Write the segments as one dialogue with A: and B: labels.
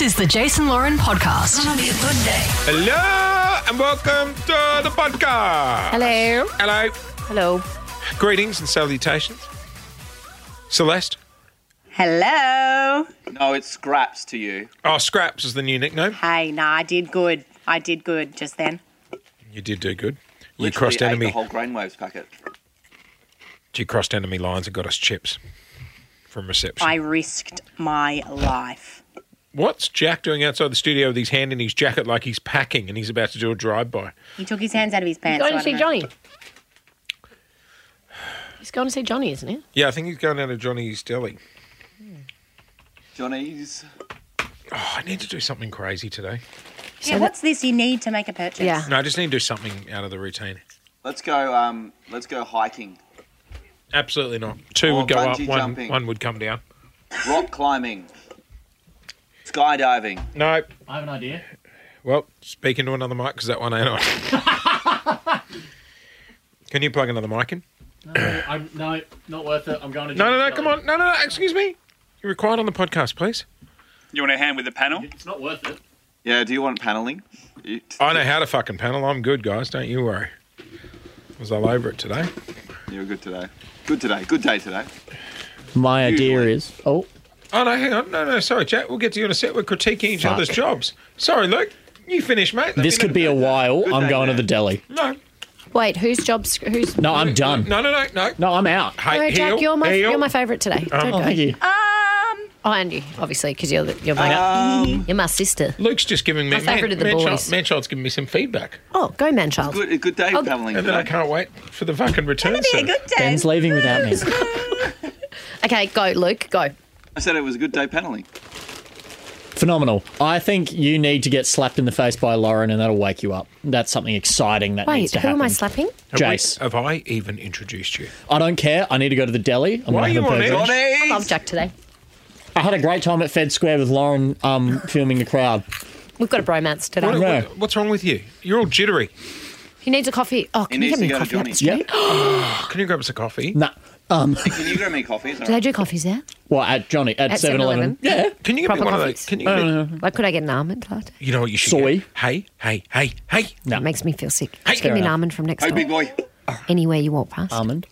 A: is the Jason Lauren podcast.
B: Hello and welcome to the podcast.
C: Hello.
B: Hello.
C: Hello.
B: Greetings and salutations. Celeste.
D: Hello.
E: No, Oh, it's scraps to you.
B: Oh, Scraps is the new nickname.
D: Hey, no, I did good. I did good just then.
B: You did do good. You
E: Literally
B: crossed
E: ate
B: enemy.
E: The whole brainwaves packet.
B: you crossed enemy lines and got us chips from reception.
D: I risked my life.
B: What's Jack doing outside the studio with his hand in his jacket like he's packing and he's about to do a drive-by?
D: He took his hands out of his
C: He's
D: pants.
C: going
D: so
C: to
D: I don't
C: see
D: know.
C: Johnny. He's going to see Johnny, isn't he?
B: Yeah, I think he's going down to Johnny's deli.
E: Johnny's.
B: Oh, I need to do something crazy today.
D: Yeah, what's this you need to make a purchase?
C: Yeah.
B: No, I just need to do something out of the routine.
E: Let's go. Um, let's go hiking,
B: Absolutely not. Two
E: Or
B: would go up,
E: bungee
B: one,
E: jumping.
B: one would come down.
E: rock climbing, skydiving.
B: No.
F: I have an idea.
B: Well, speak into another mic because that one ain't on. Can you plug another mic in?
F: No, Uh, I'm, no, not worth it. I'm going to.
B: No, no, no.
F: Johnny.
B: Come on. No, no, no. Excuse me. You're required on the podcast, please.
G: You want a hand with the panel?
F: It's not worth it.
E: Yeah. Do you want paneling? You-
B: I know how to fucking panel. I'm good, guys. Don't you worry. I was all over it today.
E: You're good today. Good today. Good day today.
F: My
E: idea Usually.
F: is. Oh,
B: Oh, no, hang on. No, no, sorry, Jack. We'll get to you in a sec. We're critiquing each other's jobs. Sorry, Luke. You finish, mate. That'd
F: a while.
E: Good I'm day, going to the
F: deli.
B: No.
C: Wait, whose job's who's?
F: No, I'm
B: No, no, no, no.
F: No, I'm out.
B: Hey,
C: No, Jack,
B: heel,
C: you're my
B: heel.
C: you're my favourite today. Don't go.
F: you.
D: Um,
C: Oh, and you, obviously, because you're the, you're my
E: Um,
C: you're my sister.
B: Luke's just giving me.
C: My favourite of the
B: Manchild-
C: boys.
B: Manchild's giving me some feedback.
C: Oh, go man, child.
E: Good. Good day
C: Oh,
E: paneling.
B: And then I
E: Today.
B: can't wait for the fucking return.
D: it'll be a
B: sir.
D: good day.
F: leaving without me.
C: Okay, go, Luke. Go.
E: I said it was a good day paneling.
F: Phenomenal. I think you need to get slapped in the face by Lauren, and that'll wake you up. That's something exciting that needs
C: Wait,
F: to
C: who
F: happen.
C: am I slapping?
B: Have we-
F: Jace.
B: Have I even introduced you?
F: I don't care. I need to go to the deli.
B: Why
F: I'm gonna
B: are
F: have a
B: you on
F: burger.
B: edge?
C: I love Jack today.
F: I had a great time at Fed Square with Lauren um, filming the crowd.
C: We've got a bromance today.
B: What-
F: No.
B: what- what's wrong with you? You're all jittery.
C: He needs a coffee. Oh, can you
E: needs
C: get me
E: to
C: a
E: go to
C: coffee? Up the
E: Johnny's.
C: street?
B: Can you grab us a coffee?
F: Nah. Um,
E: Can you grab me coffee? It's all
C: Do they
E: right.
C: do coffees there?
F: well, at Johnny, at
C: At
F: 7 Eleven.
C: 7-Eleven?
F: Yeah.
B: Can you get me
C: Proper
B: one of
C: coffees.
B: those? Can you? Get,
C: Like, could I get an almond latte?
B: You know what you should
F: Uh, Soy.
B: get? Hey, hey, hey, hey.
F: No.
C: That makes me feel sick.
B: Hey,
C: Just give me an
F: fair
C: almond from next
E: Hey,
C: door.
E: big boy.
C: Anywhere you walk past.
F: Almond.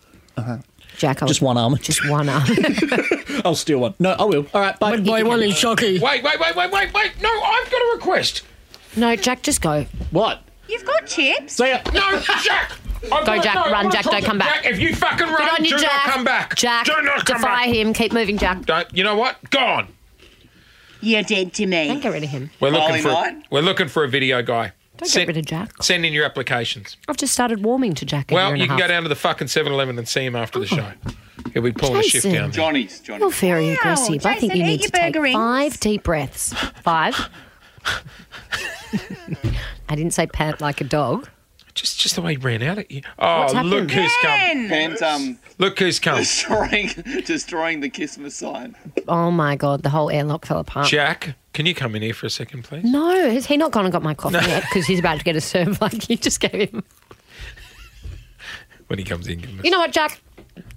C: Jack, I
F: Just
C: would-
F: one almond.
C: Just one almond.
F: I'll steal one. No, I will. All right, bye.
C: Buy one in
F: Shocky.
B: Wait, wait, wait, wait, wait, wait. No, I've got a request.
C: no, Jack, just go.
F: What?
D: You've got chips.
F: See ya.
B: No, Jack. I've
C: Go,
B: got-
C: Jack,
B: no, I
C: run,
B: wanna
C: Jack,
B: talk
C: don't
B: to
C: come back.
B: Jack, if you fucking run,
C: Good on you,
B: do
C: Jack.
B: not come back.
C: Jack,
B: do not come back.
C: defy him. Keep moving, Jack.
B: Don't. You know what? Gone.
D: You're dead to
C: Don't
D: me.
C: get rid of him.
B: We're looking
E: Ollie
B: for.
E: Knight?
B: We're looking for a video guy.
C: Don't
B: Send-
C: get rid of Jack.
B: Send in your applications.
C: I've just started warming to Jack. A
B: Well,
C: year and
B: you
C: a
B: can
C: half. Oh.
B: go down to the fucking 7-Eleven and see him after the show. He'll be pulling a
C: Jason.
B: shift down there.
E: Johnny's. Johnny.
C: You're very
D: Wow,
C: aggressive. I think
D: Jason,
C: you
D: eat
C: need
D: your
C: to take
D: burger rings.
C: five deep breaths. Five. I didn't say pant like a dog.
B: Just, just the way he ran out at you. Oh,
C: What's happened?
B: look who's come.
D: Ben,
E: Pam's um
B: Look who's come.
E: destroying destroying the Christmas sign.
C: Oh my god, the whole airlock fell apart.
B: Jack, can you come in here for a second, please?
C: no, has he not gone and got my coffee yet? Because he's about to get a serve like you just gave him.
B: When he comes in, give him a-
C: You know what, Jack?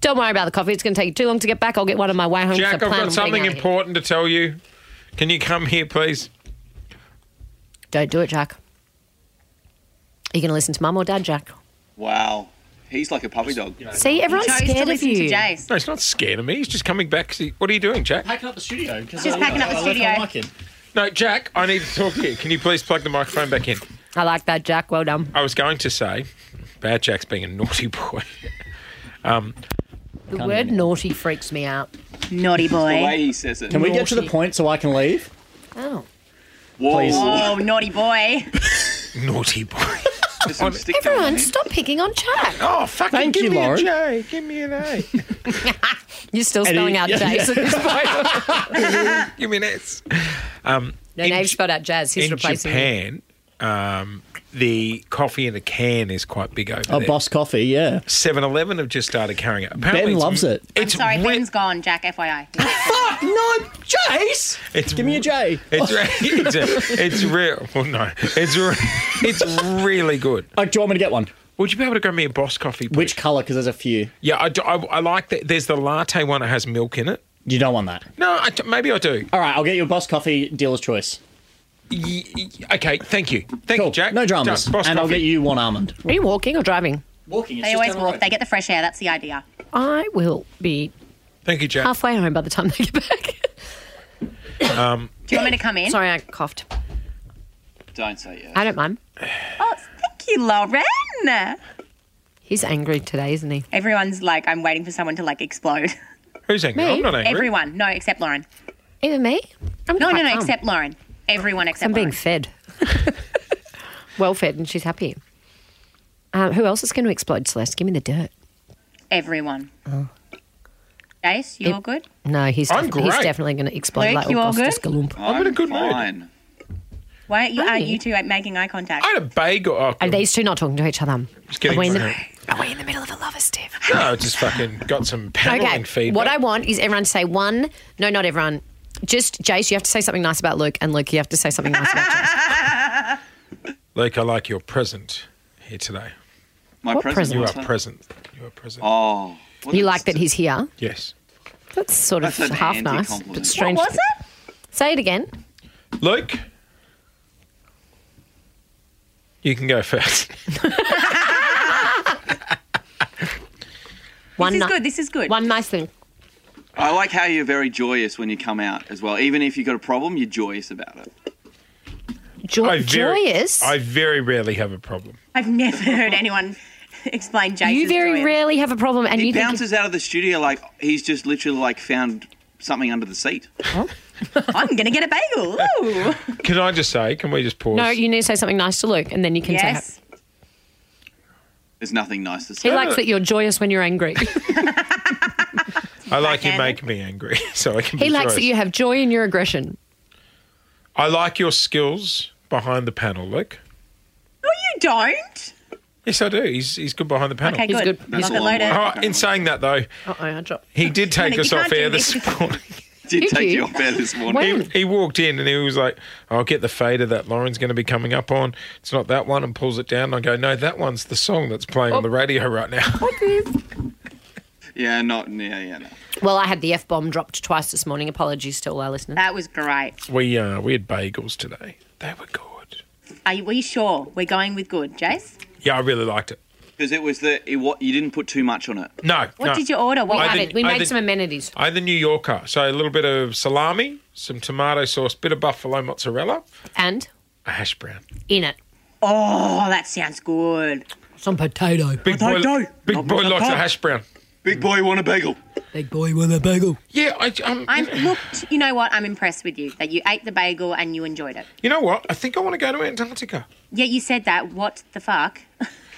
C: Don't worry about the coffee. It's going to take you too long to get back. I'll get one on my way home. 'cause I
B: Jack, I've
C: plan
B: got
C: on
B: something
C: being out here.
B: important to tell you. Can you come here, please?
C: Don't do it, Jack. Are you going to listen to mum or dad, Jack?
E: Wow. He's like a puppy dog.
C: See, everyone's
D: chose to
C: scared of
D: listen to
C: you.
D: Jace.
B: No, he's not scared of me. He's just coming back. 'cause he- What are you doing, Jack?
F: Packing up the studio. Just
D: packing up the studio.
B: No, Jack, I need to talk to you. Can you please plug the microphone back in?
C: I like that, Jack. Well done.
B: I was going to say, Bad Jack's being a naughty boy.
C: The word naughty freaks me out.
D: Naughty
E: The way
D: boy.
E: he says it.
F: Can we get to the point so I can leave?
C: Oh.
E: Whoa.
F: Please.
D: Oh, naughty boy.
B: naughty boy.
E: There's some stick down
C: Everyone,
E: there.
C: stop picking on Jack.
B: Oh, fucking
F: Thank
B: give
F: you,
B: me
F: Lauren.
B: a J. Give me an A.
C: You're still spelling
F: he-
C: out
F: yeah,
C: Jazz at this point.
B: give me an S.
C: No,
B: In
C: Nave's
B: J-
C: spelled out Jazz. He's
B: in
C: replacing me.
B: Japan, um, the coffee in a can is quite big over
F: A
B: there.
F: Oh, boss coffee, yeah.
B: 7-Eleven have just started carrying it. Apparently
F: Ben
B: it's-
F: loves it.
D: I'm
B: It's
D: sorry,
B: wet-
D: Ben's gone, Jack, FYI.
F: Fuck no, Jace.
B: It's
F: Give me a J.
B: It's re- it's, it's real. Well, no, it's re- it's really good.
F: Oh, do you want me to get one?
B: Would you be able to grab me a Boss coffee? Please?
F: Which colour? Because there's a few.
B: Yeah, I, do- I, I like that. There's the latte one that has milk in it.
F: You don't want that.
B: No, I t- maybe I do.
F: All right, I'll get you a boss coffee dealer's choice.
B: Y- y- okay, thank you. Thank
F: Cool.
B: you, Jack.
F: No dramas.
B: Done. Boss
F: and I'll
B: coffee.
F: get you one almond.
C: Are you walking or driving?
F: Walking.
D: They always walk. They get the fresh air. That's the idea.
C: I will be
B: Thank you, Jack.
C: halfway home by the time they get back.
D: Do you want me to come in?
C: Sorry, I coughed.
E: Don't say uh, yes.
C: I don't mind.
D: Oh, thank you, Lauren.
C: He's angry today, isn't he?
D: Everyone's like, I'm waiting for someone to like explode.
B: Who's angry?
C: Me?
B: I'm not angry.
D: Everyone, no, except Lauren.
C: Even me? I'm
D: No,
C: quite
D: no, no,
C: calm.
D: except Lauren. Everyone except
C: I'm being
D: Lauren.
C: fed. well fed, and she's happy. Um, who else is going to explode, Celeste? Give me the dirt.
D: Everyone.
C: Uh-huh.
D: Jace, you all good?
C: No, he's,
B: I'm
C: defi- he's
B: great.
C: definitely going to explode
D: Luke,
C: like
D: you all
C: Augustus Galump.
B: I'm in a good mood.
E: fine.
D: Why aren't you,
C: Hi.
D: aren't you two like, making eye contact?
B: I had a bagel. Oh,
C: Are these two not talking to each other?
B: Just getting
C: are, we in the,
B: my-
C: are we in the middle of a lover, Steve?
B: no, I just fucking got some paneling
C: Okay.
B: feedback.
C: What I want is everyone to say one. No, not everyone. Just Jace, you have to say something nice about Luke, and Luke, you have to say something nice about Jace.
B: Luke, I like your present here today.
E: My
C: What present?
E: present.
B: You
E: was
B: are
E: fine.
B: present. You are present.
E: Oh. what
C: You
E: a-
C: like that he's here?
B: Yes.
C: That's sort of
E: That's an
C: half nice,
E: anti-compliment.
C: but
E: What
C: strange.
D: What was it?
C: Say it again.
B: Luke, you can go first.
C: One,
D: This is
C: ni-
D: good. This is good.
C: one nice thing.
E: I like how you're very joyous when you come out as well. Even if you've got a problem, you're joyous about it.
C: Jo-
B: I very,
C: joyous.
B: I very rarely have a problem.
D: I've never heard anyone explain Jace.
C: you very rarely have a problem, and
E: He
C: you think
E: bounces out of the studio like he's just literally like found something under the seat.
D: I'm gonna get a bagel. Ooh.
B: Can I just say, can we just pause?
C: no, you need to say something nice to Luke, and then you can say
D: yes.
E: There's nothing nice to say.
C: he likes that you're joyous when you're angry.
B: I like you
D: backhanded.
B: make me angry, so I can be
C: he likes
B: joyous.
C: that you have joy in your aggression.
B: I like your skills behind the panel, Luke.
D: No, you don't.
B: Yes, I do. He's, he's good behind the panel.
D: Okay,
C: He's
D: good.
C: good.
D: Lock
E: That's
D: it
E: all I
D: loaded.
B: Oh, in saying that, though,
C: Uh oh, I dropped.
B: he did take
D: You
B: us
D: can't
B: off air
D: do
B: this
D: this.
B: morning.
E: Did
C: Did
E: take
C: you?
E: you off air this morning.
C: Wait.
D: Hmm.
B: He, he walked in and he was like, I'll get the fader that Lauren's going to be coming up on. It's not that one, and pulls it down. And I go, No, that one's the song that's playing on the
D: Oh.
B: radio right now.
E: Yeah, not yeah, yeah, no.
C: Well, I had the f bomb dropped twice this morning. Apologies to all our listeners.
D: That was great.
B: we uh, we had bagels today. They were good.
D: Are we sure we're going with good, Jace?
B: Yeah, I really liked it.
E: Because it was the it, what you didn't put too much on it.
B: No,
D: What
B: no.
D: did you order? What
C: we
B: I
C: had
B: think-
C: it. We
B: I
C: made
B: think-
C: some amenities.
B: I had the New Yorker, so a little bit of salami, some tomato sauce, bit of buffalo mozzarella,
C: And
B: a hash brown,
C: in it.
D: Oh, that sounds good.
C: Some potato.
B: big boy,
E: no.
B: big boy likes a hash brown.
E: Big boy want a bagel.
C: Big boy with a bagel.
B: Yeah, I, um,
D: I'm looked. You know what? I'm impressed with you that you ate the bagel and you enjoyed it.
B: you know what? I think I want to go to Antarctica.
D: Yeah, you said that. What the fuck?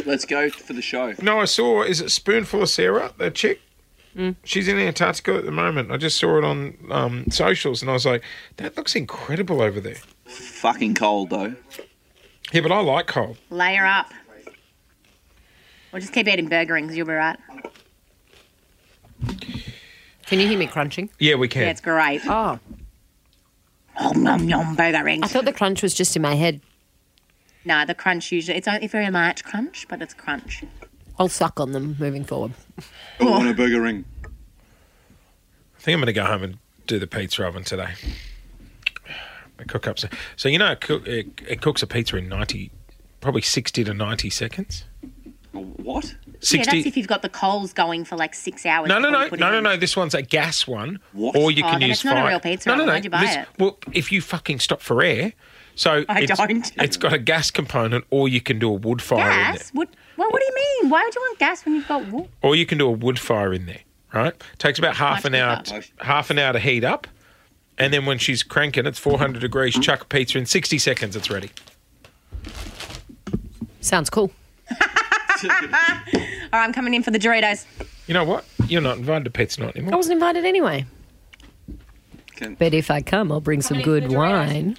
E: Let's go for the show.
B: No, I saw. Is it Spoonful of Sarah, that chick? She's in Antarctica at the moment. I just saw it on um, socials, and I was like, "That looks incredible over there."
E: Fucking cold though.
B: Yeah, but I like cold.
D: Layer up. Or just keep eating burger rings. You'll be right.
C: Can you hear me crunching?
B: Yeah, we can.
D: Yeah, it's great.
C: Oh.
D: Oh, nom nom burger rings.
C: I thought the crunch was just in my head.
D: No, the crunch usually it's only very light crunch, but it's crunch.
C: I'll suck on them moving forward.
E: I want a burger ring.
B: I think I'm going to go home and do the pizza oven today. I cook up. So, so you know, it, cook, it, it cooks a pizza in ninety, probably sixty to ninety seconds.
E: What?
D: Yeah,
B: Sixty.
D: that's if you''ve got the coals going for like six hours.
B: no, no,
D: before
B: no,
D: you put it
B: no, no,
D: in.
B: no. This one's a gas one,
E: What?
B: or you
D: Oh,
B: can
D: then
B: use
D: it's not a
B: fire.
D: real pizza
B: No, no,
D: oven.
B: no.
D: Why'd you buy
B: this-
D: it?
B: Well, if you fucking stop for air, so
D: I
B: it's,
D: don't.
B: It's got a gas component, or you can do a wood fire in there,
D: Gas? What? Well, what do you mean? Why would you want gas when you've got wood?
B: or you can do a wood fire in there. Right? Takes about half an
D: Much
B: hour,
D: quicker.
B: to- half an hour to heat up, and then when she's cranking, it's four hundred degrees. Chuck a pizza in sixty seconds. It's ready.
C: Sounds cool.
D: All right, I'm coming in for the Doritos.
B: You know what? You're not invited to pizza night
C: I
D: Oh.
B: anymore.
C: wasn't invited anyway.
E: Can-
C: But if I come, I'll bring some good wine.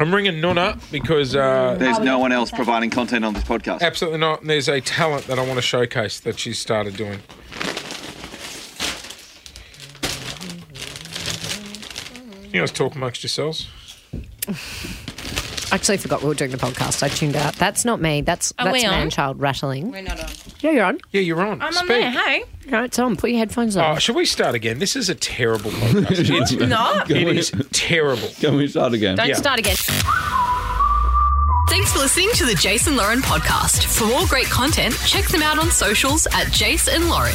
B: I'm ringing Nuna because uh,
E: There's no one else providing content on this podcast.
B: absolutely not. And there's a talent that I want to showcase that she's started doing. You guys talk amongst yourselves.
C: actually forgot we were doing the podcast. I tuned out. That's not me. That's
H: Are
C: that's
H: we on?
C: man child rattling.
H: We're not on.
C: Yeah, you're on.
B: Yeah, you're on.
H: I'm on
B: Speak.
H: there. Hey.
C: No, it's on. Put your headphones on.
B: Oh, should we start again? This is a terrible podcast. It's,
H: Not.
B: It is terrible.
I: Can we start again?
H: Don't
B: Yeah.
H: start again.
A: Thanks for listening to the Jason Lauren podcast. For more great content, check them out on socials at Jason Lauren.